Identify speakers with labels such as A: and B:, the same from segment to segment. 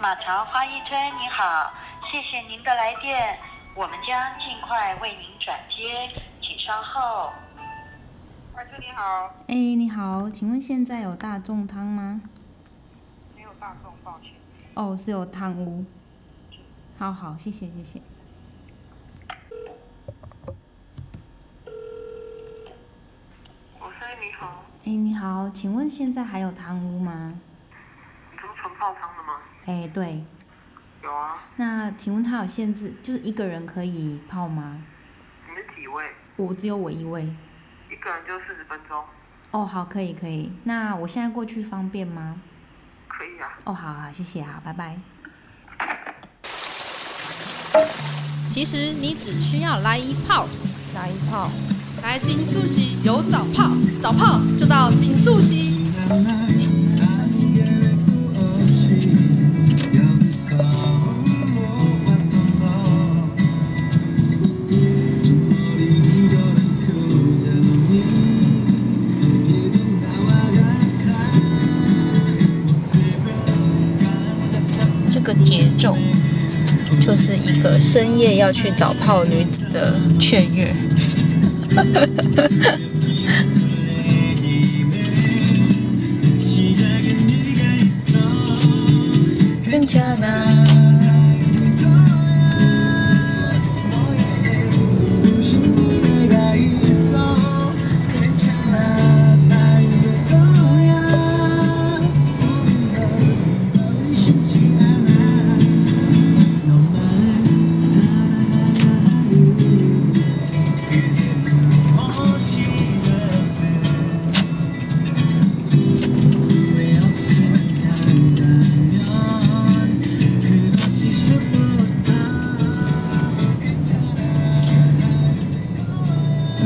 A: 马槽花一村，你好，谢谢您的来电，我们将尽快为您转接，请稍后。
B: 花叔你好，
C: 哎，你好，请问现在有大众汤吗？
B: 没有大众，抱歉。
C: 哦，是有汤屋。好好，谢谢谢谢。
B: 我是你好，
C: 哎，你好，请问现在还有汤屋吗？
B: 你不是纯泡汤的吗？
C: 哎，对，
B: 有啊，
C: 那请问它有限制，就是一个人可以泡吗？
B: 你是几位？
C: 我只有我一位。
B: 一个人就四十分钟，
C: 哦，好，可以可以。那我现在过去方便吗？
B: 可以啊。
C: 哦，好好，谢谢，好，拜拜。
D: 其实你只需要来一泡，
E: 来一套。
D: 来金素溪有早泡，早泡就到金素溪。
F: 这个节奏就是一个深夜要去找泡女子的雀跃。
G: 그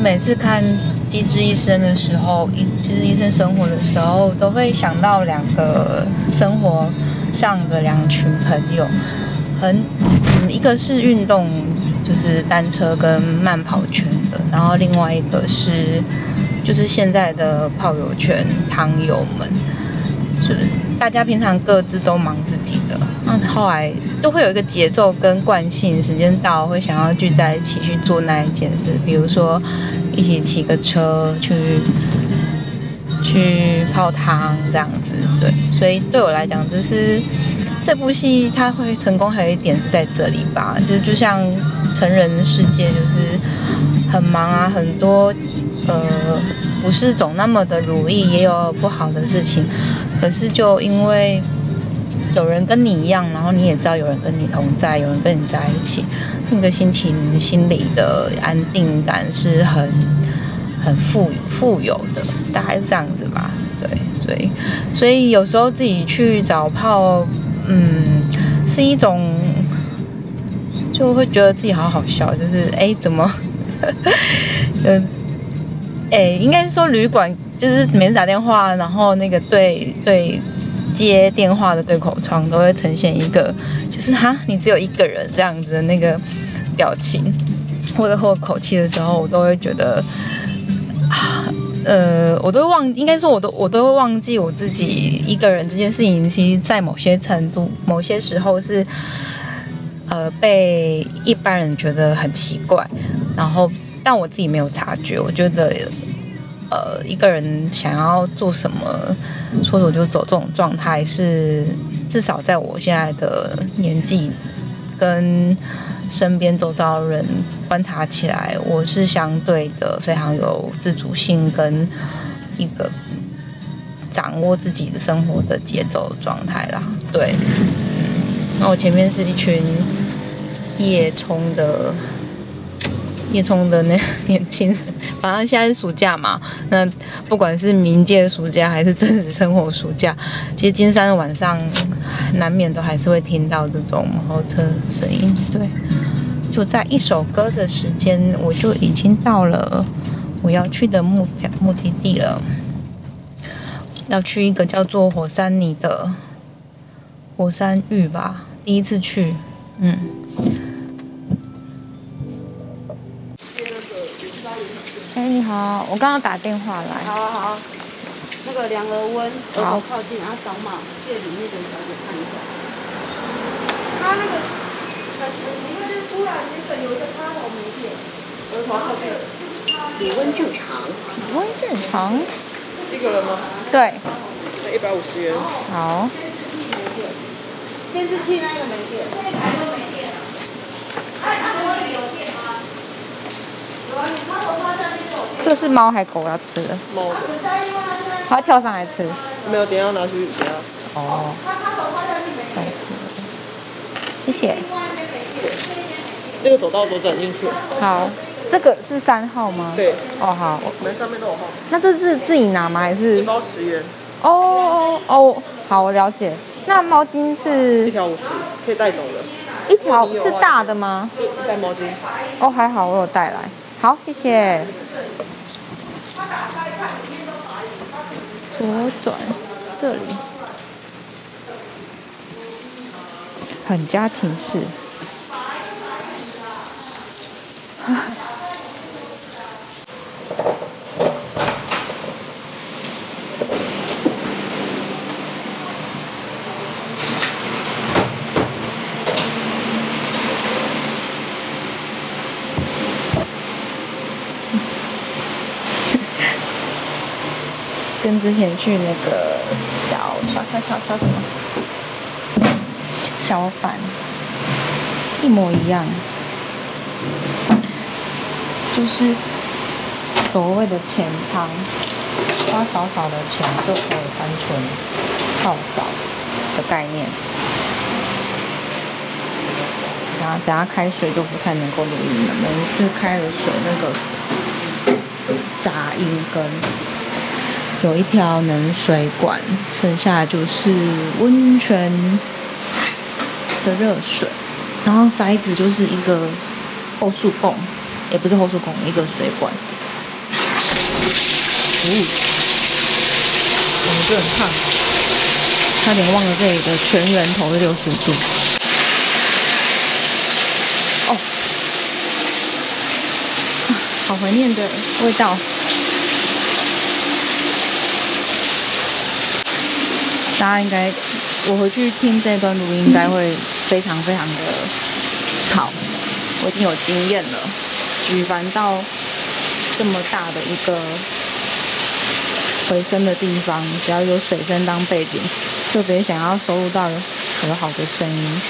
F: 每次看《机智医生》的时候，一《机智医生生活》的时候，都会想到两个生活上的两群朋友，很，嗯，一个是运动，就是单车跟慢跑圈的，然后另外一个是，就是现在的炮友圈汤友们，就是大家平常各自都忙自己的，那后来都会有一个节奏跟惯性，时间到会想要聚在一起去做那一件事，比如说一起骑个车去去泡汤这样子，对，所以对我来讲，这是这部戏它会成功还有一点是在这里吧，就就像成人世界就是很忙啊，很多呃不是总那么的如意，也有不好的事情，可是就因为有人跟你一样，然后你也知道有人跟你同在，有人跟你在一起，那个心情、心理的安定感是很很富富有的，大概是这样子吧。对，所以所以有时候自己去找炮，嗯，是一种就会觉得自己好好笑，就是哎怎么，嗯。诶，应该是说旅馆就是每次打电话，然后那个对对接电话的对口窗都会呈现一个，就是哈，你只有一个人这样子的那个表情，或者或口气的时候，我都会觉得，啊，呃，我都会忘，应该说我都我都会忘记我自己一个人这件事情，其实在某些程度、某些时候是，呃，被一般人觉得很奇怪，然后但我自己没有察觉，我觉得。呃，一个人想要做什么，嗯说走就走这种状态是，至少在我现在的年纪跟身边周遭人观察起来，我是相对的非常有自主性跟一个掌握自己的生活的节奏的状态啦。对，嗯，那我前面是一群夜冲的叶冲的那年轻人， 反正现在是暑假嘛，那不管是冥界暑假还是真实生活暑假，其实金山的晚上难免都还是会听到这种摩托车声音。对，就在一首歌的时间，我就已经到了我要去的目标目的地了，要去一个叫做火山里的火山浴吧，第一次去，嗯。哎、你好，我刚刚打电话来。
E: 好啊好啊，那个量额温，
F: 好
E: 耳朵靠近，然后找马借里面的小姐看一下。他那个很很，因为就是突然那个有一个他好没点，然后这个
H: 体温正常，
F: 体温正常，
H: 一个人吗？
F: 对，
H: 那一百五十元。
F: 好，
E: 监视器那个没点。
F: 这是猫还狗要吃的，
H: 猫的，
F: 它会跳上来吃。
H: 没有，等一下拿去等一下。
F: 哦，懂了谢谢。
H: 那个走道左转进去，
F: 好，这个是三号吗？。
H: 对，
F: 哦，好，我
H: 门上面都有号码，
F: 那这是自己拿吗？还
H: 一
F: 是？
H: 包十元，
F: 哦哦哦，好，我了解。那毛巾
H: 一
F: 是
H: 条五十，可以带走的，
F: 一条是大的吗？
H: 就一袋毛巾。
F: 哦，还好我有带来。好，谢谢。左转，这里。很家庭式。跟之前去那个小小小小小什么小板一模一样，就是所谓的钱汤，花少少的钱就可以单纯泡澡的概念。然后等下开水就不太能够录音了，每一次开了水那个杂音跟有一条冷水管，剩下就是温泉的热水，然后塞子就是一个后束供，也不是后束供，一个水管。哦
H: 我们就很烫，
F: 差点忘了这里的全源头是六十度。哦，好怀念的味道。大家应该，我回去听这段录音，应该会非常非常的吵。我已经有经验了，举凡到这么大的一个回声的地方，只要有水声当背景，特别想要收录到有好的声音。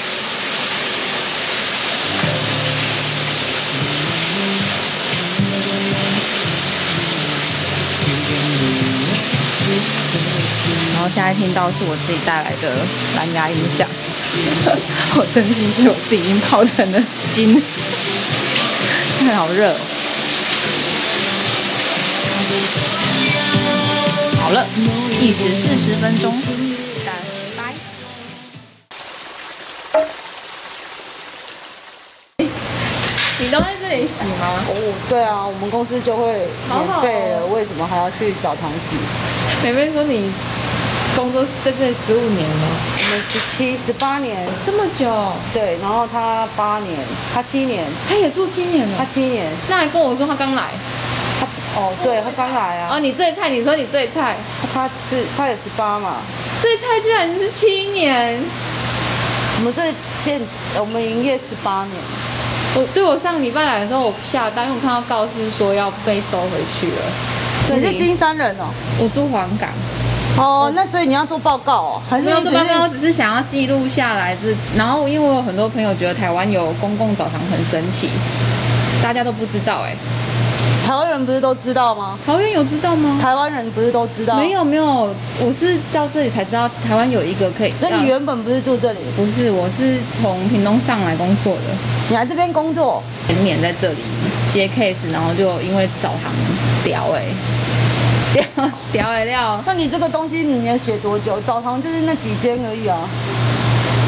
F: 然后现在听到是我自己带来的蓝牙音响， 我真心觉得我自己已经泡成了金，看好热、哦。好了，计时四十分钟，拜拜。你都在这里洗吗？
I: 哦，对啊，我们公司就会免费了，为什么还要去澡堂洗？
F: 美美说你工作在这里十五年了，
I: 我们十七、十八年，
F: 这么久，
I: 对，然后他八年，他七年，
F: 她也做七年
I: 他
F: 了。
I: 七年，
F: 那还跟我说她刚来
I: 他哦，对他刚来啊，
F: 哦，你最菜，你说你最菜，
I: 他是他也十八嘛，
F: 最菜居然是七年。
I: 我们这建我们营业十八年，
F: 我对我上礼拜来的时候，我吓到，因为我看到告示说要被收回去了。
I: 你
F: 这
I: 是
F: 里
I: 金山人哦，
F: 我住黄岗，
I: 哦，那所以你要做报告哦，还是
F: 没有
I: 你
F: 这
I: 只
F: 么
I: 是
F: 高，只是想要记录下来。这然后因为我有很多朋友觉得台湾有公共澡堂很神奇，大家都不知道哎、
I: 台湾人不是都知道吗？
F: 桃园有知道吗？
I: 台湾人不是都知道？
F: 没，有没有，我是到这里才知道台湾有一个可以。
I: 所以你原本不是住这里，
F: 不是，我是从屏东上来工作的。
I: 你来这边工作，
F: 前年在这里接 case，然后就因为澡堂屌哎、屌屌哎料，
I: 那你这个东西你要写多久？澡堂就是那几间而已啊。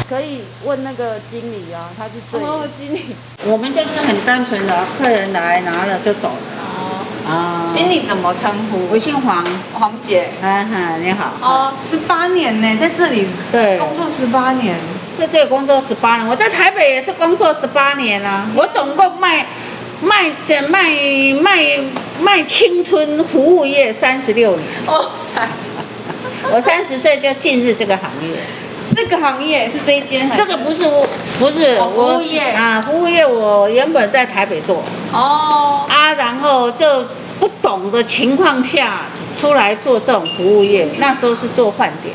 I: 可以问那个经理啊，他是最、
F: 然后经理
G: 我们就是很单纯的，客人来拿了就走了。啊，
F: 经理怎么称呼？
G: 我姓黄，
F: 黄姐
G: 啊哈，你好。
F: 哦，十八年呢，在这里
G: 对，
F: 工作十八年，
G: 在这里工作十八年，我在台北也是工作十八年了。我总共卖卖卖卖卖青春服务业三十六年。
F: 哇塞，
G: 我三十岁就进入这个行业，
C: 这个行业是这一间还
G: 这
C: 是？
G: 个不是我，不是
C: 哦
G: 我
C: 服务业
G: 啊，服务业我原本在台北做
C: 哦，
G: 啊，然后就不懂的情况下出来做这种服务业，那时候是做饭店，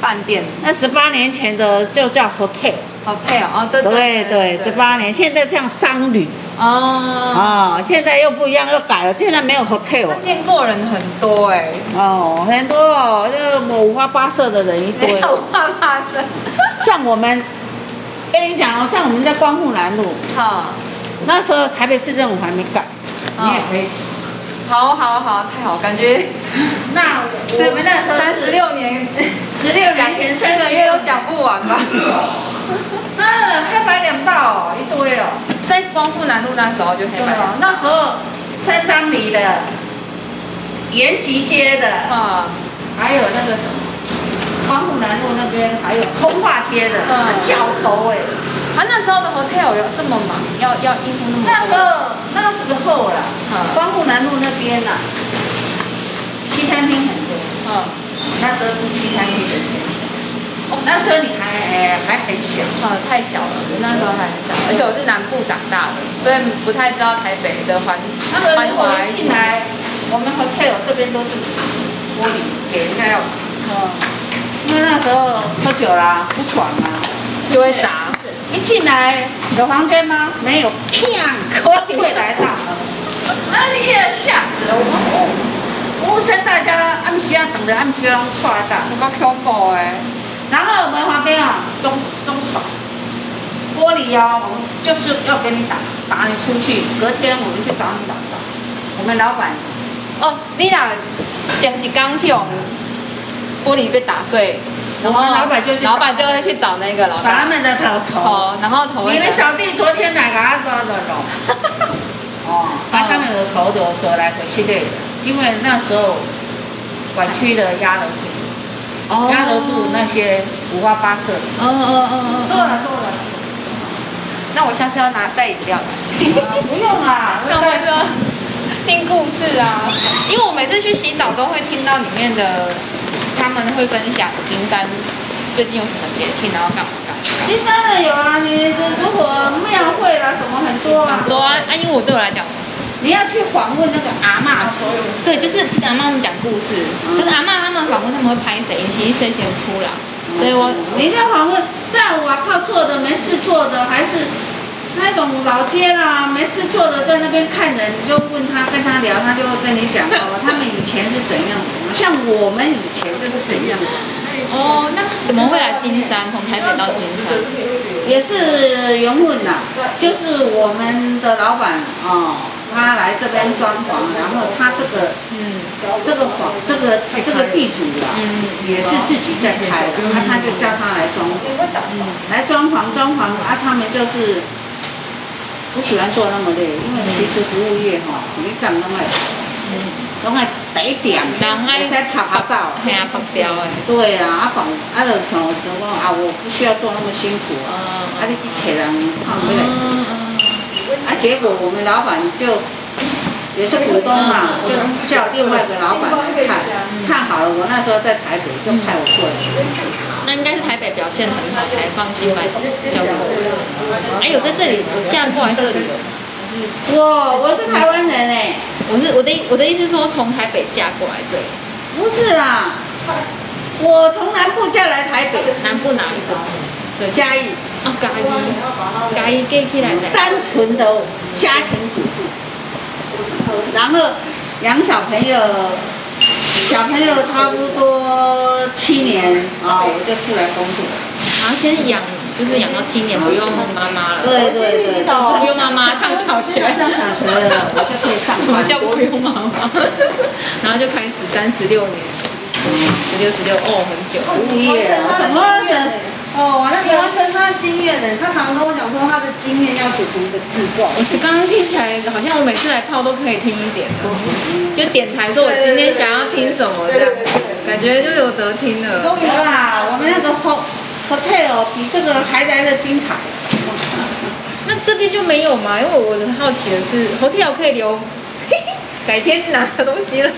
C: 饭店
G: 那十八年前的就叫 hotel，
C: hotel 哦，对
G: 对
C: 对
G: 对，十八年，现在像商旅
C: 哦，
G: 啊、现在又不一样，又改了，现在没有 hotel
C: 他见过人很多哎，
G: 哦，很多哦，就我五花八色的人一
C: 没
G: 堆，
C: 有怕怕生，
G: 像我们。跟你讲哦，像我们在光复南路，
C: 好，
G: 那时候台北市政府还没改，
C: 哦
G: 你也可以
C: 好好好，太好，感觉
G: 那我们那时候
C: 三十六年，
G: 十六
C: 讲
G: 年前
C: 三个月都讲不完吧？
G: 啊，黑白两道哦，一堆哦。
C: 在光复南路那时候就黑
G: 对
C: 白
G: 哦，那时候三张里的、延吉街的，
C: 啊，
G: 还有那个什么光复南路那边，还有通化街的，
C: 嗯
G: 很角头哎。
C: 他那时候的 hotel 有这么忙，要要应付那么多，
G: 那时候那时候啦
C: 嗯，
G: 光复南路那边呐、啊西餐厅很多，
C: 嗯
G: 那时候是西餐厅的天下。哦，那时候你还哎还很小。
C: 嗯，太小了，那时候还很小，而且我是南部长大的，所以不太知道台北的环
G: 那个
C: 环
G: 如果
C: 环
G: 一进来，我们 hotel 这边都是玻璃给人家要，嗯，因为那时候喝酒啦，不爽啊啦。
C: 就会砸，
G: 一进来有房间吗？没有，啪，柜台大门，那你也哎吓死了。我们服务服务生大家按时啊等着，按时啊出来打。
C: 我够恐怖
G: 欸
C: 哎，
G: 然后我们旁边啊中中手玻璃哦，我们就是要给你打打你出去，隔天我们去找你老板，我们老板。
C: 哦，你俩讲起钢铁，玻璃被打碎，然后
G: 我哦们老板就去找
C: 老板就会去找那个老
G: 把他
C: 板
G: 们的头头。
C: 头，然后头会
G: 你的
C: 长
G: 小弟昨天哪个啊？走走走。哦， 把他们的头夺夺来回去累了，因为那时候管区的压得住，
C: 哦
G: 压得住那些五花八色的。
C: 嗯嗯嗯
G: 做了做了，
C: 嗯，那我下次要拿带饮料来。
G: 啊 不用啦，
C: 上回就听故事啊，因为我每次去洗澡都会听到里面的他们会分享金山最近有什么节庆，然后干嘛干嘛干
G: 金山的有啊，你这如果庙会啦什么很多
C: 嘛，
G: 啊
C: 很，多啊。啊，因为我对我来讲，
G: 你要去访问那个阿嬷所有的
C: 对，就是听阿妈他们讲故事，就是阿妈他们访问他们会拍谁，其实谁先哭了，所以我
G: 你一定要访问在我靠做的没事做的，还是那种老街啦没事做的，在那边看人，你就问他跟他聊，他就会跟你讲哦，他们以前是怎样怎样， 像我们以前就是怎样怎样，
C: 哦，那怎么会来金山？从台北到金山？
G: 也是缘分呐。就是我们的老板哦，他来这边装潢，然后他这个
C: 嗯
G: 这个房这个这个地主啊，
C: 嗯
G: 也是自己在拆的，那、他就叫他来装潢。
C: 嗯，
G: 来装潢装潢啊，他们就是不喜欢做那么累，因为其实服务业哈，一干拢爱，拢爱得点，
C: 人爱
G: 会使拍拍照。
C: 嘿啊，白标哎，
G: 对啊，啊房啊就像像讲啊，我不需要做那么辛苦啊，啊
C: 嗯
G: 你去找人看回来，
C: 嗯
G: 啊结果我们老板就。也是股东嘛，就叫另外一个老板来看，看好了。我那时候在台北，就派我过来。
C: 那应该是台北表现很好才放心来交给呃我。哎，有在这里，我嫁过来这里了。
G: 哇，我是台湾人哎、
C: 我是我的我的意思是说，从台北嫁过来这里，
G: 不是啦，我从南部嫁来台北，
C: 南部哪一个字？对，嫁
G: 嘉义，
C: 啊，嘉义，嘉义嫁起来的。
G: 单纯的家庭主妇。然后养小朋友，小朋友差不多七年啊、我就出来工作。
C: 然后先养，就是养到七年，不用妈妈了，
G: 对对对，
C: 不是
G: 上
C: 不用妈妈 上小学，
G: 上小学了，我就可以上
C: 什么
G: 班。
C: 叫不用妈妈？然后就开始三十六年，十六十六哦，很久。
G: 服务业啊，什么什
E: 哦，那个完成他的心愿呢？他常常跟我讲说，他的经验要写成一个自传。
C: 我这刚刚听起来好像我每次来泡都可以听一点的，就点台说我今天想要听什么这样，感觉就有得听了。
G: 有啦，我们那个 ho- hotel 比这个还来的精彩。
C: 那这边就没有嘛？因为我很好奇的是，hotel 可以留，改天拿东西来。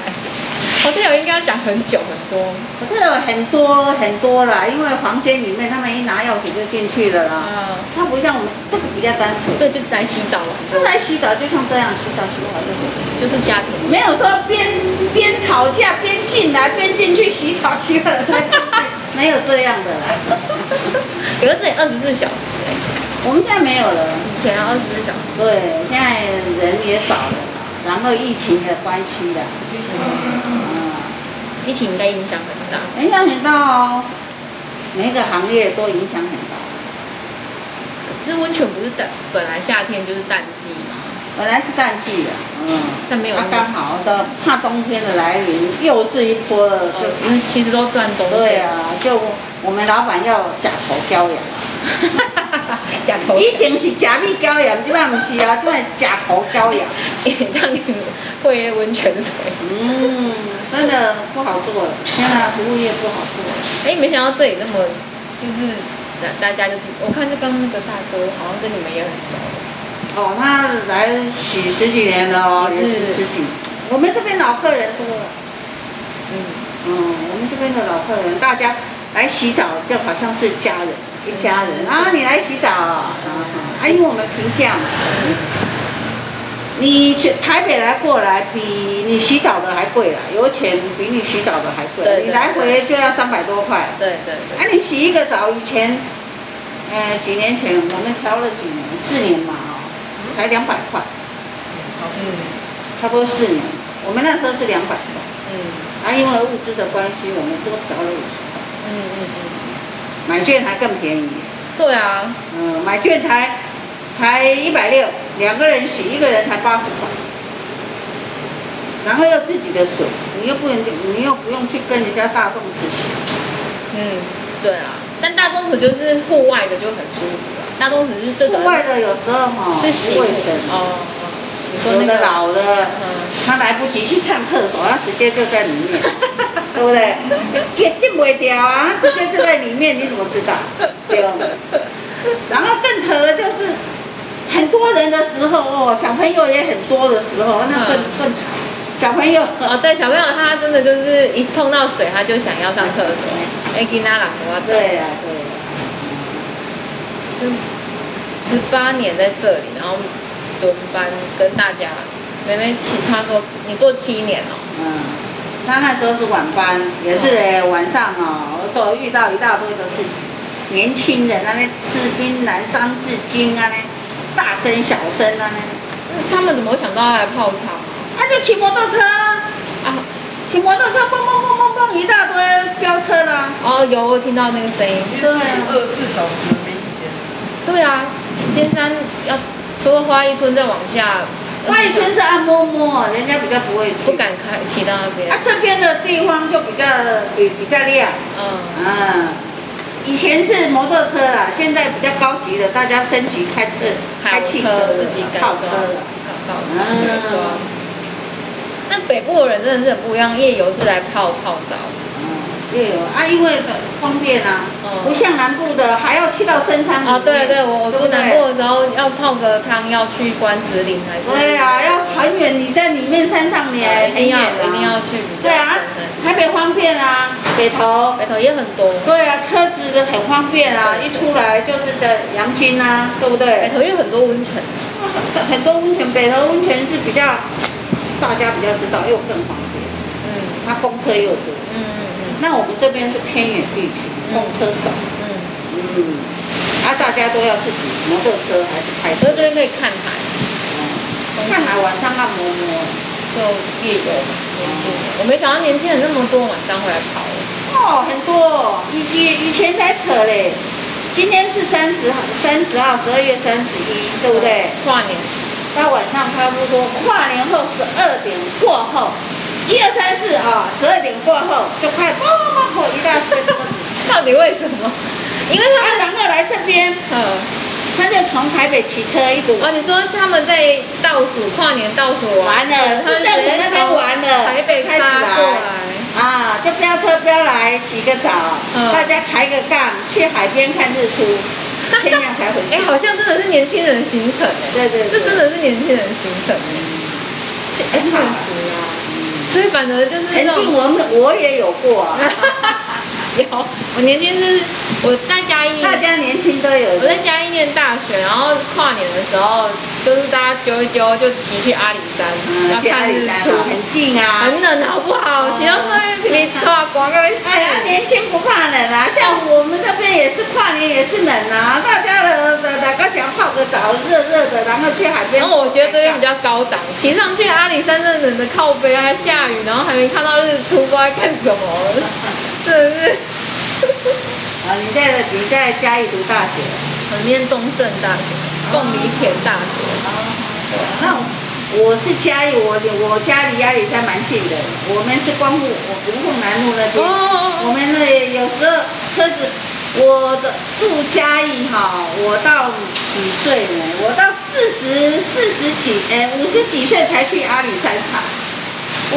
C: hotel 应该要讲很久很
G: 多，我看到很多很多啦，因为房间里面他们一拿钥匙就进去了啦。
C: 嗯，
G: 它不像我们这个比较单纯，
C: 对，就来洗澡了，
G: 就来洗澡就像这样洗澡洗好就回去，
C: 就是家庭。
G: 没有说边边吵架边进来边进去洗澡洗好了再进去，没有这样的啦。
C: 可是这里二十四小时哎、
G: 我们现在没有了，
C: 以前二十四小时，
G: 对，现在人也少了，然后疫情的关系啦，就是嗯，
C: 疫情应该影响很大。
G: 影响很大哦，每个行业都影响很大。
C: 可是温泉不是本本来夏天就是淡季嘛，
G: 本来是淡季的，嗯，
C: 但没有
G: 它刚好的怕冬天的来临，又是一波了，就、
C: 因为其实都赚冬
G: 对
C: 天。
G: 啊，就我们老板要假头椒盐，
C: 假头
G: 以前是假米椒盐，即摆不是啊，即摆假头椒盐，
C: 让你会温泉水。
G: 嗯，真的不好做了，现在服务业不好做了，
C: 哎、没想到这里那么就是大大家就进，我看就刚刚那个大哥好像跟你们也很熟，
G: 哦，他来许十几年了哦，也
C: 也
G: 是
C: 是
G: 十几，我们这边老客人多了，
C: 嗯，
G: 嗯，我们这边的老客人，大家来洗澡就好像是家人，一家
C: 嗯
G: 人啊，你来洗澡啊，啊，因为我们平价嘛，你去台北来过来，比你洗澡的还贵啦，油钱比你洗澡的还贵，
C: 对对
G: 你来回就要三百多块，
C: 对对对，
G: 啊，你洗一个澡以前，呃，几年前我们调了几年，四年嘛哦，才两百块，
C: 嗯
G: 差不多四年，我们那时候是两百块，
C: 嗯
G: 啊，因为物资的关系，我们多调了五十块。
C: 嗯嗯嗯，
G: 买券还更便宜，
C: 对啊，
G: 嗯，买券才才一百六，两个人洗一个人才八十块，然后要自己的水，你又不能你又不用去跟人家大众池洗，
C: 嗯对啊，但大众池就是户外的就很舒服啊，大众池就是最早
G: 户外的有时候哈
C: 是洗
G: 不卫生，
C: 哦，哦你说
G: 有
C: 那
G: 的
C: 个
G: 老的
C: 嗯
G: 他来不及去上厕所，他直接就在里面，对不对？也定不掉啊，他直接就在里面，你怎么知道？对吧？然后更扯的就是很多人的时候哦，小朋友也很多的时候，那更
C: 嗯
G: 更惨。小朋友，
C: 哦，对，小朋友他真的就是一碰到水他就想要上厕所，哎，给那老婆
G: 对呀、对呀、
C: 真十八年在这里，然后轮班跟大家，妹妹起差说你做七年哦、
G: 嗯，他那时候是晚班，也是、欸、晚上哦，都遇到一大堆的事情。年轻人啊，那吃槟榔、伤至今啊，那大声小声啊，那
C: 嗯，他们怎么会想到要来泡汤
G: 他就骑摩托车，
C: 啊？
G: 骑摩托车蹦蹦蹦蹦蹦一大堆飙车的啊。
C: 哦，有我听到那个声音，
G: 对啊
H: 二十四小时没几天。
C: 对啊，尖山要除了花一村再往下，呃
G: 花一村是按摸摸，人家比较不会去。
C: 不敢开骑到那边
G: 啊，，这边的地方就比较比比较亮。
C: 嗯，
G: 嗯，以前是摩托车啦，现在比较高级了，大家升级开车、
C: 跑
G: 开汽车了、
C: 自己改
G: 跑
C: 装，
G: 车啊了。
C: 搞搞改装。那北部的人真的是很不一样，夜游是来泡泡澡，
G: 嗯也有啊，因为方便啊，
C: 嗯
G: 不像南部的还要去到深山里面
C: 啊，对对，我我
G: 对
C: 住
G: 不对
C: 南部的时候要泡个汤，要去关子岭还是？
G: 对啊，要很远，你在里面山上你也
C: 呃一
G: 很
C: 定
G: 远
C: 要
G: 啊
C: 一定要去比较
G: 对啊
C: 深的，
G: 台北方便啊，北投。
C: 北投也很多，
G: 对啊，车子的很方便啊，一出来就是在阳金啊，对不
C: 北
G: 对？
C: 投也很多温泉，
G: 很多温泉，北投温泉是比较大家比较知道，又更方便，
C: 嗯
G: 它公车又多。
C: 嗯嗯
G: 那我们这边是偏远地区，公车少，
C: 嗯，
G: 嗯，啊，大家都要自己摩托车还是开
C: 可是这
G: 车？
C: 边可以看海，
G: 嗯看来晚上按摩摩，
C: 就夜游嘛，年轻人，我没想到年轻人那么多晚上会来泡，
G: 哦，很多哦，以前以前才扯嘞，今天是三十三十号，十二月三十一，对不对？
C: 跨年，
G: 到晚上差不多跨年后十二点过后，一二三四啊，十二点过后就快砰砰砰砰一大堆车子，
C: 到底为什么？ 因为他
G: 啊
C: 们，
G: 然后来这边，
C: 嗯，
G: 他就从台北骑车一直
C: 哦，你说他们在倒数跨年倒数
G: 玩了，
C: 他
G: 市
C: 们直
G: 政府
C: 接
G: 那边
C: 从
G: 玩了，
C: 台北
G: 开始
C: 发过
G: 来。
C: 来。
G: 啊，就飙车飙来洗个澡，
C: 嗯
G: 大家抬个杠去海边看日出，天亮才回去。
C: 哎、好像真的是年轻人行程哎、
G: 对对对
C: 这真的是年轻人行程哎、确哎确实啊，哎所以反而就是
G: 曾
C: 那
G: 经
C: 种嗯
G: 我们我也有过、啊，
C: 有我年轻是我在嘉义，
G: 大家年轻都有
C: 我。在嘉义念大学，然后跨年的时候就是大家揪一揪就骑去阿里山， 要
G: 去阿里
C: 看日
G: 山
C: 出，
G: 啊很近啊。
C: 很冷好不好？骑到上面皮皮抽啊，光各位
G: 哎呀，年轻不怕冷啊，
C: 哦
G: 像我们这边也是跨年也是冷啊，大家的的大家想泡个澡，热热的，然后去海边。
C: 然哦后我觉得这边比较高档，骑上去阿里山那冷的靠背啊，还下雨，然后还没看到日出，不知道在干什么，真的是
G: 啊，你在你在嘉义读大学，
C: 很念中正大学、凤梨田大学，
G: 那我是嘉义，我我家离阿里山蛮近的，我们是光复我国凤南路那边，
C: 哦
G: 我们那里有时候车子。我的住嘉义哈，我到几岁呢？我到四十四十几，哎，五十几岁才去阿里山场。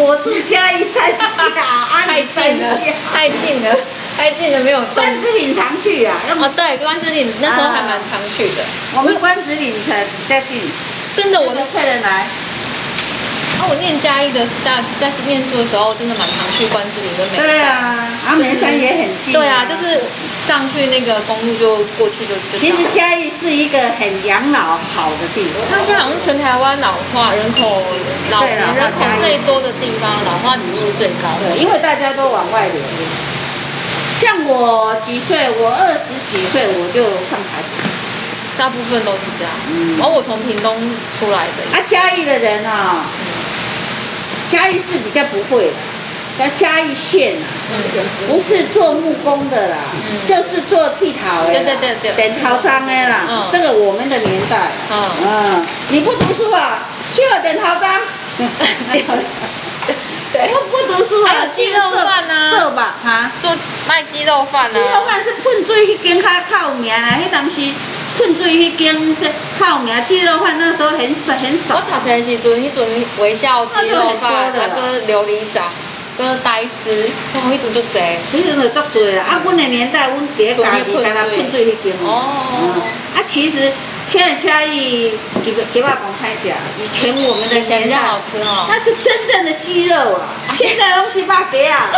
G: 我住嘉义三十大，阿
C: 太
G: 里山
C: 近了
G: 下，
C: 太近了，太近了，没有动。
G: 关子岭常去啊，要
C: 哦
G: 么，
C: 对，关之琳那时候还蛮常去的，
G: 我们关子岭才比较近。
C: 啊真的我
G: 我的客人来，
C: 啊我念嘉义的大在念书的时候，真的蛮常去关之琳跟美
G: 对啊，阿梅山也很近、
C: 对啊，就是上去那个公路就过去就就
G: 其
C: 到
G: 实
C: 了。
G: 嘉义是一个很养老好的地
C: 它
G: 方，
C: 现在好像全台湾老化人口老
G: 对
C: 年
G: 老化
C: 人口
G: 嘉义
C: 最多的地方，老化指数最高。
G: 对，因为大家都往外流。像我几岁，我二十几岁我就上台北。
C: 大部分都是这样。然后我从屏东出来的，
G: 嗯啊，嘉义的人啊、嘉义是比较不会的，叫嘉义县啊，不是做木工的啦，就是做剃头的啦，
C: 嗯对对对对
G: 剪头章的啦，
C: 嗯
G: 这个我们的年代，
C: 嗯
G: 嗯，你不读书啊，去了剪头章，
C: 对，
G: 不不读书啊，
C: 还有鸡肉饭啊
G: 这吧哈，
C: 做卖鸡肉饭
G: 鸡肉
C: 啊，
G: 饭是喷水迄间较靠名啦，迄当时喷水迄间这靠名，鸡肉饭那时候很少很
C: 我
G: 少，
C: 头前时阵，迄阵微笑鸡肉饭，
G: 那就很
C: 啊
G: 多
C: 个琉璃掌，个呆丝，我迄阵就侪。
G: 迄阵就足多啦，啊，阮的年代，阮第一家己干那喷水迄间啦。
C: 哦
G: 嗯啊，其实现在嘉义给给爸公拍表，以前我们的
C: 以前
G: 年
C: 比较
G: 代
C: 好，吃哦。
G: 那是真正的鸡肉啊，现在东西巴给啊，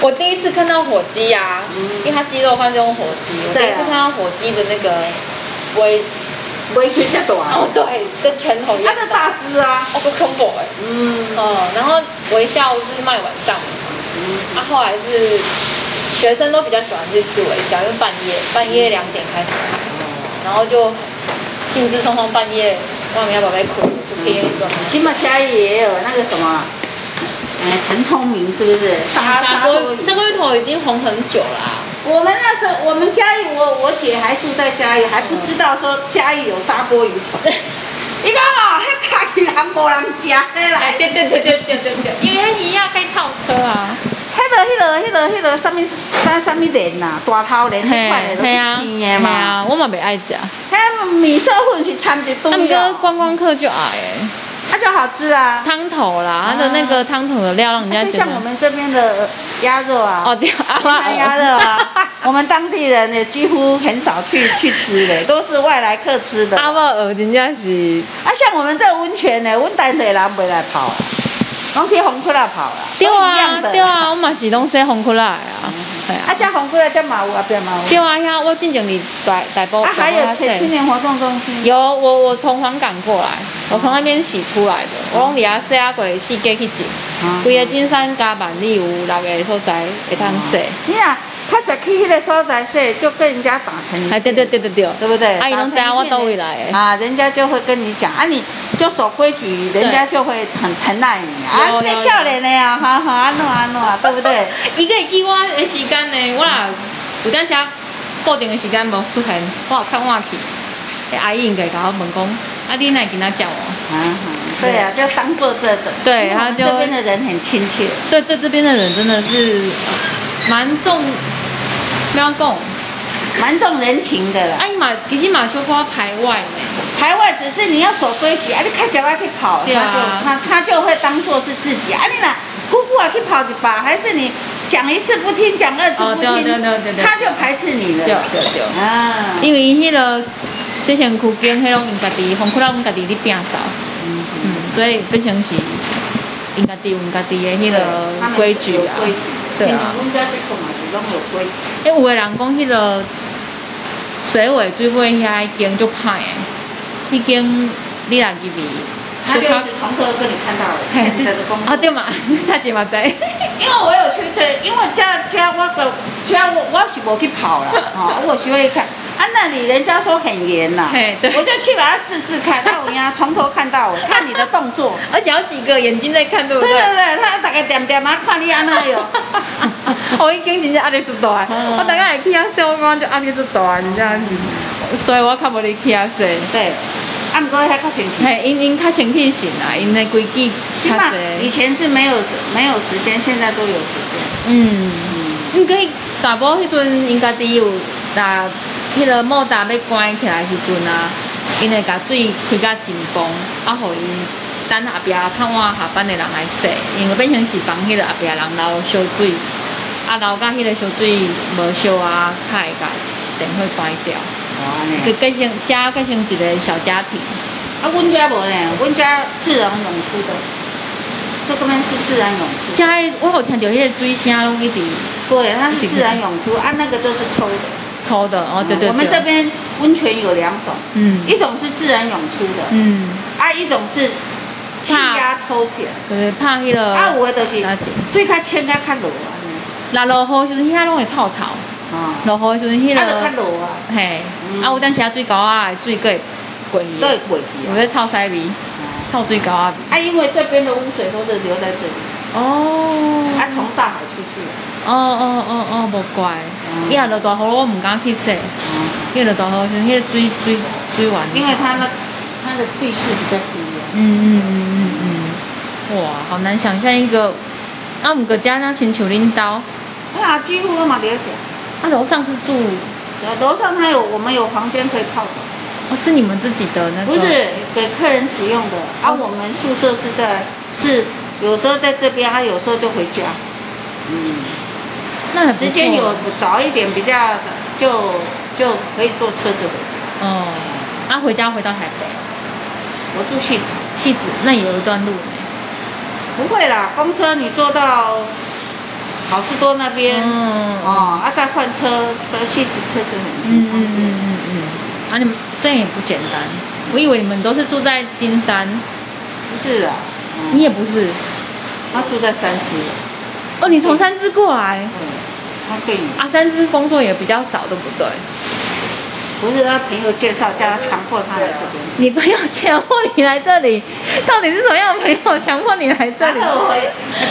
C: 我第一次看到火鸡啊，因为它鸡肉饭就用火鸡，我第
G: 嗯
C: 一
G: 对啊
C: 次看到火鸡的那个微，
G: 围裙这大，
C: 哦
G: 啊，
C: 对，跟拳头一样
G: 那大只啊，
C: 哦，个 combo 哎、
G: 嗯，
C: 嗯，然后微笑是卖晚上，啊，后来是学生都比较喜欢去吃微笑，因为半夜半夜两点开始卖，然后就兴致冲冲半夜外面要宝贝哭，就可以那种
G: 今嘛嘉义也有那个什么，哎，陈聪明是不是？
C: 沙沙
G: 锅
C: 锅砂锅鱼头已经红很久啦、
G: 我们那时候，我们嘉义，我我姐还住在嘉义，还不知道说嘉义有砂锅鱼头。你讲哦，迄卡去人无人食迄啦
C: 哎，，对对对对对对对，因为伊要开超车啊，
G: 迄个、迄个、迄个、迄个，什么、啥、啥物莲呐，大头莲迄款的都是
C: 嘿啊
G: 煎的嘛。，
C: 我嘛袂爱食，
G: 迄米色粉是掺一
C: 他
G: 堆
C: 们
G: 的
C: 哥，观光客就爱哎，
G: 那就好吃啊。
C: 汤头啦，它的那个汤头的料让人家
G: 哎就
C: 觉
G: 像
C: 得
G: 我们这边的鸭肉啊，
C: 哦，对，阿
G: 西班牙的 啊，我们当地人也几乎很少去去吃的，啊都是外来客吃的。
C: 阿爸鹅真正是，
G: 啊，像我们这温泉呢，温淡水人袂来泡啊，拢去红窟啦泡啦，
C: 对
G: 都一样
C: 啊
G: 的。
C: 对啊，我嘛是拢洗红裤来啊，对
G: 啊，
C: 啊，
G: 加红窟啦，加马乌啊，变马乌。
C: 对啊，遐我进前伫大大埔，
G: 啊，还
C: 大
G: 有
C: 埔遐
G: 前
C: 洗
G: 青年活动中心，
C: 有我我从黄冈过来，我从那边洗出来的，我拢伫遐洗啊过四界去浸，规个金山加万里有六个所在会通洗。
G: 你啊，他就去迄个所在说，就跟人家打成一片
C: 哎，对对，对对对，
G: 对不对？
C: 阿姨拢知影我到位来的。
G: 啊，人家就会跟你讲啊，你就守规矩，人家就会很疼爱你啊。啊，
C: 有有
G: 你笑脸的呀，哈哈，安诺安诺啊，对 不对？
C: 伊个会记我的时间呢，我若有当时啊固定的时间无出现，我有较晚去，那阿姨应该甲我问讲，啊你哪今仔讲哦？
G: 啊，对啊，就当做这个。
C: 对
G: 因为我们
C: 他就
G: 这边的人很亲切。
C: 对对，这边的人真的是呃蛮重，不要讲，
G: 蛮重人情的啦。
C: 啊伊嘛其实嘛小可排外呢，
G: 排外只是你要守规矩，啊，你开脚巴去跑，
C: 对啊
G: 他就他他就会当做是自己，啊，你啦，姑姑啊去跑一把，还是你讲一次不听，讲二次
C: 哦
G: 不
C: 对
G: 听，
C: 对对对对
G: 他就排斥你了。
C: 对对对，
G: 啊，
C: 因为伊迄个洗身躯嗯间，迄拢因家己，红裤拢家己咧摒扫，嗯，所以变成是伊因家己有因家己的迄个规矩啊。
G: 规矩，
C: 对啊
G: 像阮遮这个嘛是拢有规矩。
C: 迄有的人讲迄个水尾水尾遐迄间就歹诶，迄间你若入
G: 他就
C: 去，
G: 一直从头跟你看到 尾，看你
C: 嘿
G: 的工作
C: 啊对嘛， 他姐嘛知。
G: 因为我有去这，因为家家我个家我我是无去跑了，哦，我是会看。啊，那里人家说很严呐、
C: 嘿对
G: 我就去把它试试看，看我呀，从头看到尾，看你的动作。
C: 而且有几个眼睛在看， 对不
G: 对
C: 对？
G: 对对，他大概点点啊，看你安那哟。
C: 我哦已经真正压力足
G: 啊
C: 大的，我大概会去遐说，我感觉就压力足大的，真正是，所以我较无咧去遐说。
G: 对，啊，不过遐较清楚。
C: 嘿，因因较清气型啦，因的规矩
G: 起
C: 较
G: 码以
C: 侪。
G: 前是没有时没有时间，现在都有时间。
C: 嗯，应该大埔迄阵因家己有把迄个莫达要关起来的时阵啊，因会甲水开甲真崩，啊，互因等后壁看我下班的人来洗，因为变成是帮迄个后壁的人流烧水，啊，流到迄个烧水无烧啊，较会甲电火关掉，
G: 哦
C: 就变成家变成一个小家庭。
G: 啊，阮家无呢，阮家自然涌出的，这个面是自然涌出。
C: 遮我有听着迄个水声拢一直
G: 对，它是自然涌出，啊，那个都是抽的。
C: 抽的，哦，对对对。
G: 我们这边温泉有两种，
C: 嗯
G: 一种是自然涌出的，
C: 嗯，
G: 啊，一种是气压抽起来。
C: 就是拍迄个。
G: 啊，有的就是
C: 啊是
G: 最较浅较较落啊，
C: 若落雨的时阵，遐拢会臭臭。
G: 啊，
C: 落雨的时阵，迄
G: 啊，就较
C: 哦个
G: 落啊，
C: 嘿，
G: 嗯
C: 啊有当时啊水沟啊的水佫会过去
G: 都，会过去
C: 有
G: 啊。哦
C: 咧臭屎味，臭水沟啊味。
G: 啊，因为这边的污水都是留在这里，
C: 哦
G: 啊，从大海出去啊哦了。
C: 哦哦哦哦，无怪。伊若落大雨，我毋敢去洗。迄落大雨的时阵，迄个水水水源。
G: 因为它那它的地势比较低啊。
C: 嗯嗯嗯嗯嗯，哇，好难想象一个。啊，毋过遮那亲像恁兜，啊
G: 啊，几乎都嘛了解。
C: 楼上是住，
G: 楼上它有我们有房间可以泡澡，
C: 哦是你们自己的那
G: 不
C: 个？
G: 是给客人使用的。啊，
C: 哦是
G: 我们宿舍是在是有时候在这边，啊，有时候就回家。
C: 那很不错
G: 时间有早一点比较就就可以坐车子回家。
C: 哦，啊，回家回到台北，
G: 我住戏子，
C: 戏子那也有一段路欸呢。
G: 不会啦，公车你坐到好事多那边。
C: 嗯
G: 哦，啊，再换车，这戏子车子很
C: 嗯嗯嗯嗯嗯，啊，你们这样也不简单。我以为你们都是住在金山，
G: 不是啊，
C: 你也不是
G: 他住在三芝，
C: 哦，你从三芝过来
G: 嗯，他对你
C: 啊，三芝工作也比较少，对不对？
G: 不是他朋友介绍，叫他强迫他来这边。
C: 你朋友强迫你来这里，到底是什么样的朋友强迫你来这
G: 然
C: 里？
G: 后我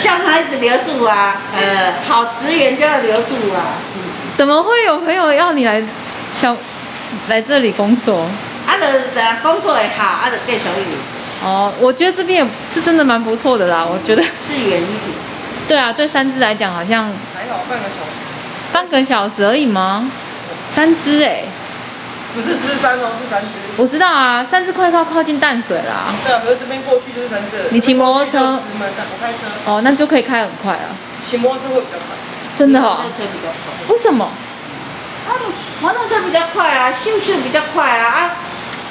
G: 叫他一直留住啊，呃，好职员就要留住啊。
C: 怎么会有朋友要你来强来这里工作？
G: 啊，就等工作也好，啊，就继续留住，
C: 哦，我觉得这边也是真的蛮不错的啦，我觉得。
G: 是远一点，
C: 对啊，对三只来讲好像
H: 还好半个小时，
C: 半个小时而已吗？三只哎、
H: 不是只山哦，是三只。
C: 我知道啊，三只快靠靠近淡水啦。
H: 对啊，可是这边过去就是三只。
C: 你骑摩托车
H: 十门三，我开车，
C: 哦，那就可以开很快了，
H: 骑摩托车会比较快。
C: 真的哦
G: 那。车比较快。
C: 为什么？
G: 啊，摩托车比较快啊，速速比较快啊，啊，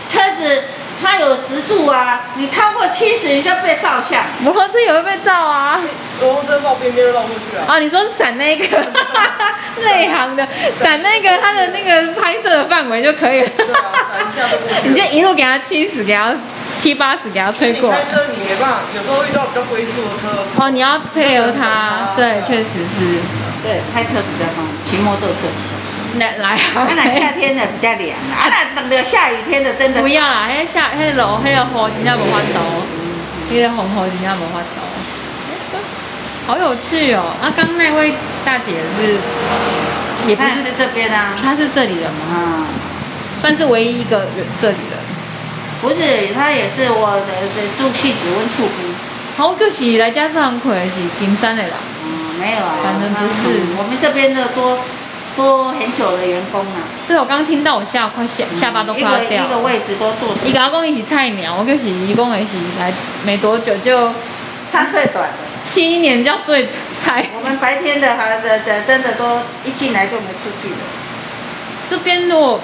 G: 车子它有时速啊，你超过七十你就被照相。
C: 摩托车也会被照啊？
H: 摩托车绕边边绕过去 啊。
C: 啊，你说是闪那个 内行的，闪那个他的那个拍摄的范围就可以了。
H: 对啊，闪一下就过去了。
C: 你就一路给他七十，给他七八十，给他吹
H: 你
C: 过来
H: 开。车你没办法，有时候遇到比较龟速的车 的时候。
C: 哦，你要配合他，对，确实是。
G: 对，开车比较方便，骑摩托车比较方
C: 来来
G: 便。啊，那夏
C: 啊，
G: 天的比较凉啊，啊，那等着下雨天的真的
C: 不啊要啦，迄下迄落迄个雨真正无法度，迄个红雨真正无法度。好有趣哦！啊，刚那位大姐是，也不
G: 当然
C: 是
G: 是这边啊。
C: 他是这里人吗？
G: 嗯，
C: 算是唯一一个人这里人。
G: 不是，他也是我的的住戏子温处姑。
C: 好可惜，来家上课的是金山的人。
G: 嗯，没有啊，
C: 反正不是
G: 嗯我们这边的多多很久的员工啊，
C: 对，我刚听到我吓快下下巴都快
G: 一
C: 要
G: 个
C: 掉
G: 一个
C: 了。
G: 位置都做
C: 伊
G: 十，
C: 甲我讲伊是菜鸟，我就是伊讲伊是来没多久就
G: 他最短的。
C: 七年叫最菜。
G: 我们白天的哈，这这真的都一进来就没出去了。
C: 这边如果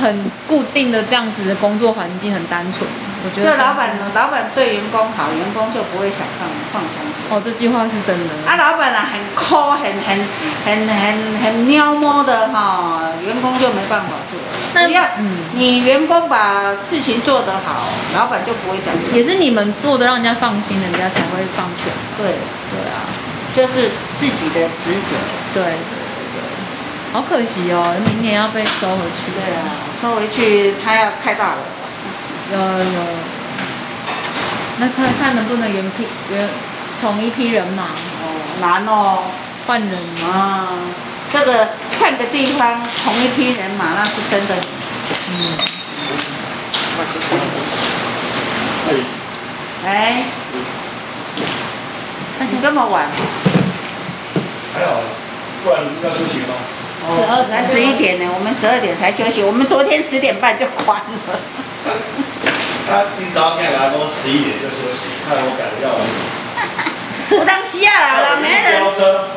C: 很固定的这样子的工作环境很单纯，
F: 我觉
G: 就
F: 得
G: 老板，老板对员工好，员工就不会想放放工作。
F: 哦，这句话是真的。
G: 啊，老板啊，很抠，很很很很很喵摸的哈、员工就没办法做。
F: 那
G: 只要
F: 嗯
G: 你员工把事情做得好，老板就不会讲什
C: 也
G: 么。
C: 是你们做的，让人家放心，人家才会放权。
G: 对，
C: 对啊，
G: 就是自己的职责。
C: 对对对，好可惜哦，明年要被收回去。
G: 对啊，收回去他要开大了。
C: 有有。那看看能不能原批原同一批人马
G: 哦，难哦。
C: 换人吗？
G: 啊，这个换个地方，同一批人马，那是真的。嗯。哎，你这么晚，
J: 还好，不然你不是要休息了吗？
G: 十二才十一点呢，我们十二点才休息，我们昨天十点半就关了。
J: 他你早上跟他说十一点就休息，看我赶得要你。
G: 我当时啊啦，老没人，
J: 飙车，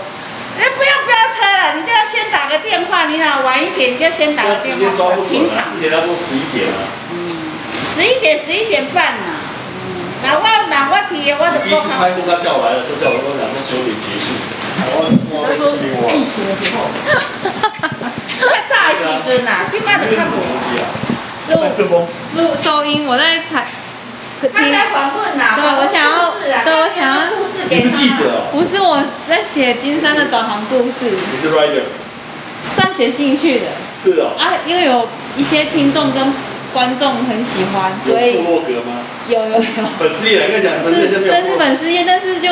G: 哎，不用飙车了，你就要先打个电话，你哪晚一点你就先打
J: 那
G: 个
J: 时
G: 电
J: 间抓
G: 话
J: 不，准
G: 平常
J: 啊，。之前他说十一点啊，
G: 十一点十一点半呐、那我那我啊提我的
J: 第嗯一次拍过他叫我来的时候，叫我跟我讲说九点结束，
C: 哎
J: 我我
G: 他说
J: 死我，
G: 疫情的时候， 较早的时阵呐，即摆
J: 那
G: 就
J: 个是
G: 较
J: 什么东
G: 无。
J: 西啊？
C: 录
J: 麦克风，
C: 录收音，我在采
G: 他在访问呐，
C: 对
G: 访问
C: 我想要
G: 故事啊
C: 对
G: 他
C: 我想要
G: 讲故事给
J: 你
G: 他
J: 是记者哦，
C: 不是我在写金山的导航故事，
J: 你是 rider，
C: 算写兴趣的
J: 是哦，
C: 啊，因为有一些听众跟观众很喜欢，所
J: 有
C: 以
J: 部落格吗？
C: 有有有。
J: 粉丝也跟你讲，粉丝也就没
C: 是，
J: 有
C: 但是
J: 部落格。
C: 粉丝页，但是就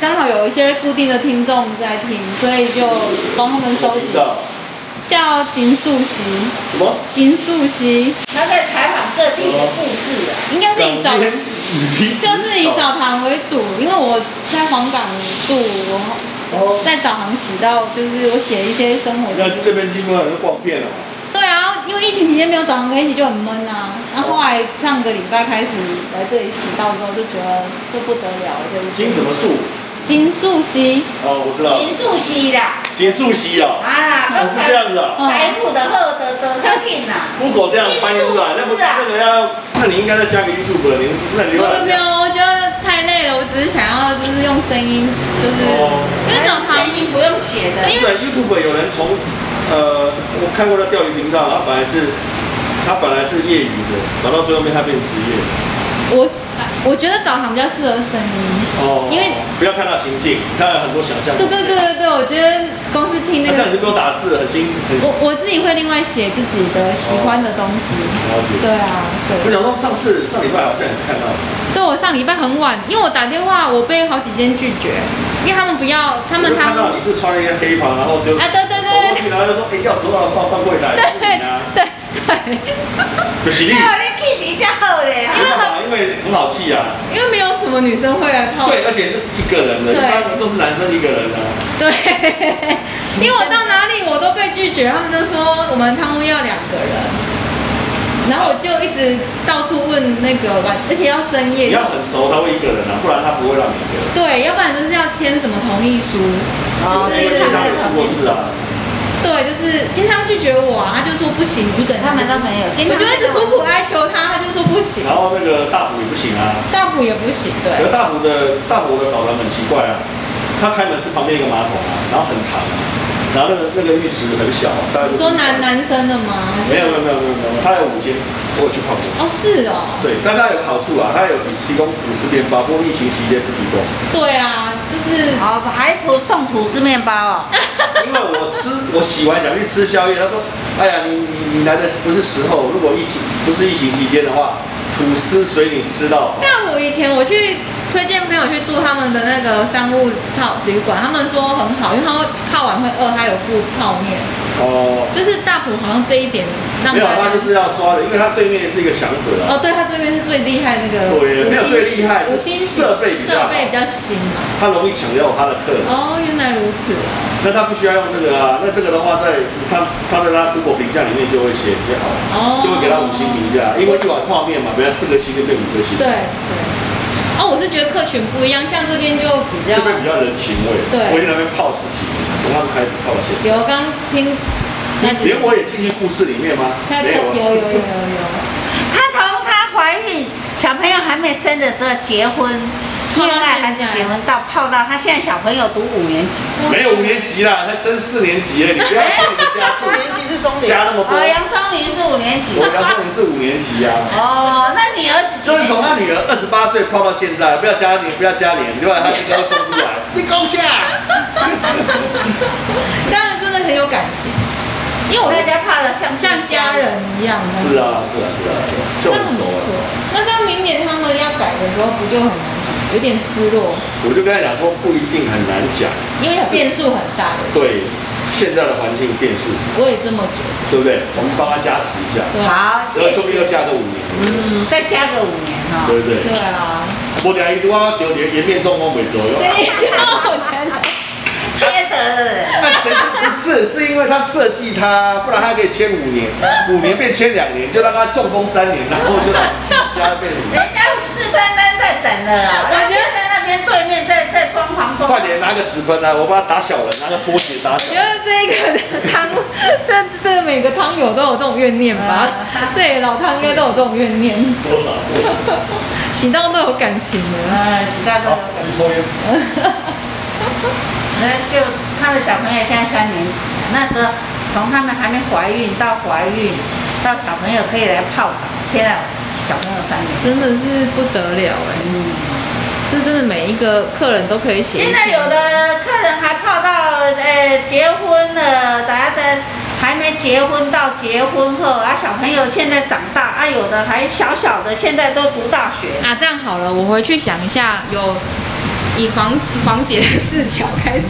C: 刚好有一些固定的听众在听，所以就帮他们收
J: 我
C: 集
J: 知，道
C: 叫金素汐，
J: 什么？
C: 金素汐，
G: 他在采访各地的故事啊，
C: 应该是以澡，就是以澡
J: 找
C: 堂为主，因为我在黄岗住，我在澡堂洗到，就是我写一些生活
J: 哦那
C: 经
J: 这边基本上都逛遍了嘛，
C: 对啊，因为疫情期间没有澡堂可以洗就很闷啊，然后后来上个礼拜开始来这里洗到之后，就觉得这不得了，就是
J: 金什么树？
C: 金素汐，
J: 哦，我知道，
G: 金素汐啦，
J: 金树溪啊，
G: 啊，
J: 哦是这样子啊。
G: 白富的后的的特聘呐，
J: Google 这样翻出
C: 啊
J: 来，那不那个要，那你应该再加个 YouTube，你那
C: 不
J: 你另
C: 不
J: 外
C: 不，我觉得太累了，我只是想要就是用声音，就是
J: 哦
C: 因为澡堂
G: 声哎音不用写的，
J: 对 YouTube 有人从呃，我看过那钓鱼频道，他本来是他本来是业余的，然后到最后面他变职业。
C: 我我觉得澡堂比较适合声音，
J: 哦
C: 因为
J: 不要看他情境，看了很多想象。
C: 对对对，对对，我觉得光是听那
J: 那这
C: 个，
J: 样你就给我打字，很辛很
C: 我我自己会另外写自己的喜欢的东西，
J: 了解。
C: 对啊，
J: 我
C: 对，
J: 想说上次上礼拜好像也是看到，
C: 对我上礼拜很晚，因为我打电话我被好几间拒绝，因为他们不要，他
J: 我
C: 们
J: 就
C: 他
J: 看
C: 们
J: 到你是穿了一个黑袍，然后就
C: 啊对对
J: 走
C: 对
J: 过去，然后就说哎要十万放放柜台，
C: 对
J: 是你啊
C: 对对，
J: 就是你，
G: 啊，你去你较好嘞啊，
J: 因为很好记啊。
C: 因为没有什么女生会来泡
J: 对，而且是一个人的，一
C: 对
J: 般都是男生一个人的。啊
C: 对， 因为我到哪里我都被拒绝，他们都说我们汤屋要两个人，然后我就一直到处问那个晚，而且要深夜
J: 你，要很熟，他会一个人啊，不然他不会让你一个人。啊
C: 对，要不然就是要签什么同意书，就
J: 因为
C: 是
J: 他有出过事啊，
C: 对，就是经常拒绝我啊，他就说不行，一个人
G: 他们都没有，今
C: 我
G: 天
C: 就一直苦苦哀求他，他就说不行，
J: 然后那个大虎也不行啊，
C: 大埔也不行，
J: 可
C: 对，
J: 是大虎的大虎的澡堂很奇怪啊，他开门是旁边一个马桶啊，然后很长啊，然后那个那个浴池很小啊，大概就
C: 你
J: 是
C: 说男男生的吗？还是
J: 没有没有没有没有没有，他有五间，我有去泡过。
C: 哦，是哦，
J: 对，但他有个好处啊，他有提供五十元包，不过疫情期间不提供。
C: 对啊，就是
G: 哦，还吐送吐司面包哦，
J: 因为我吃，我洗完想去吃宵夜，他说：“哎呀，你你你来的不是时候，如果疫情不是疫情期间的话，吐司随你吃到。
C: 大埔以前我去推荐朋友去住他们的那个商务套旅馆，他们说很好，因为他们泡完会饿，他有附泡面，”
J: 哦，
C: 就是大埔好像这一点让大
J: 没有，啊
C: 家
J: 他就是要抓的，因为他对面是一个强者啊，
C: 哦，对他这边是最厉害那个五星
J: 对没有最厉害
C: 五星
J: 设备比较
C: 设
J: 好
C: 备比较新嘛。
J: 他容易抢掉他的客人。
C: 哦，原来如此啊，
J: 那他不需要用这个啊，那这个的话在，他他在他 Google 评价里面就会写比较好，
C: 哦，
J: 就会给他五星评价，因为一碗泡面嘛，本来四颗星就变五颗星，
C: 对对。哦，我是觉得客群不一样，像这边就比较
J: 这边比较人情味。
C: 对
J: 我已经在那边泡十几年，从他们开始泡到现在。
C: 有刚听
J: 啊
C: 那几
J: 连我也进去故事里面吗？
C: 他
J: 没有
C: 有
J: 啊。
C: 有有有有，
G: 她从她怀孕小朋友还没生的时候结婚，
C: 泡
G: 恋
C: 到
G: 爱还是
C: 现在
G: 结婚到泡到他现在小朋友读五年级，
J: 没有五年级啦，才升四年级 了，你不要说你的加
H: 五年级是中
J: 醋加那么多。
G: 哦，杨双林是五年级。
J: 我要说你是五年级呀、啊。
G: 哦，那你儿子几
J: 就
G: 年
J: 是
G: 级
J: 从他女儿二十八岁泡到现在，不要加年，不要加年，另外他就要冲出来，你攻下。
C: 这样真的很有感情，因为我
G: 大
C: 在家
G: 家怕的像
C: 像家人一样。
J: 是啊，是啊，是啊，就
C: 这
J: 很
C: 样很
J: 熟
C: 不
J: 了
C: 错。。那这样明年他们要改的时候，不就很难改有点失落，
J: 我就跟他讲说，不一定很难讲，
C: 因为变数很大的。
J: 对现在的环境变数，
C: 我也这么觉得。
J: 对不对？我们帮他加持一下，
C: 对啊，
G: 好，
J: 然后
G: 谢
J: 说不定
G: 谢。
J: 又加个五年，
G: 嗯，再加个五年哦哈、
J: 对不对？
C: 对啊，
J: 我等下一度啊，丢点颜面中风没左右
C: 这。一让我觉得
G: 缺德的人。
J: 那谁不是？是因为他设计他，不然他可以签五年，五年变签两年，就让他中风三年，然后就让加倍。
G: 人家不是单单在等了啦，我
C: 我
G: 觉
C: 觉得
G: 得在那边对面在在装潢装
J: 快点拿个纸喷来，我帮他打小人，拿个拖鞋打小
C: 觉得这个汤，这这每个汤友都有这种怨念吧？ 这里老汤哥都有这种怨念，
J: 多少？
C: 起到都有感情的。
G: 哎，大哥
J: 好，，我们抽烟。
G: 那就他的小朋友现在三年级了，那时候从他们还没怀孕到怀孕，到小朋友可以来泡澡，现在小朋友三年级。
C: 真的是不得了哎、这真的每一个客人都可以写一
G: 现
C: 篇。
G: 在有的客人还泡到呃结婚了，大家的还没结婚到结婚后，啊小朋友现在长大，啊有的还小小的，现在都读大学了。
C: 啊，这样好了，我回去想一下，有以黄黄姐的视角开始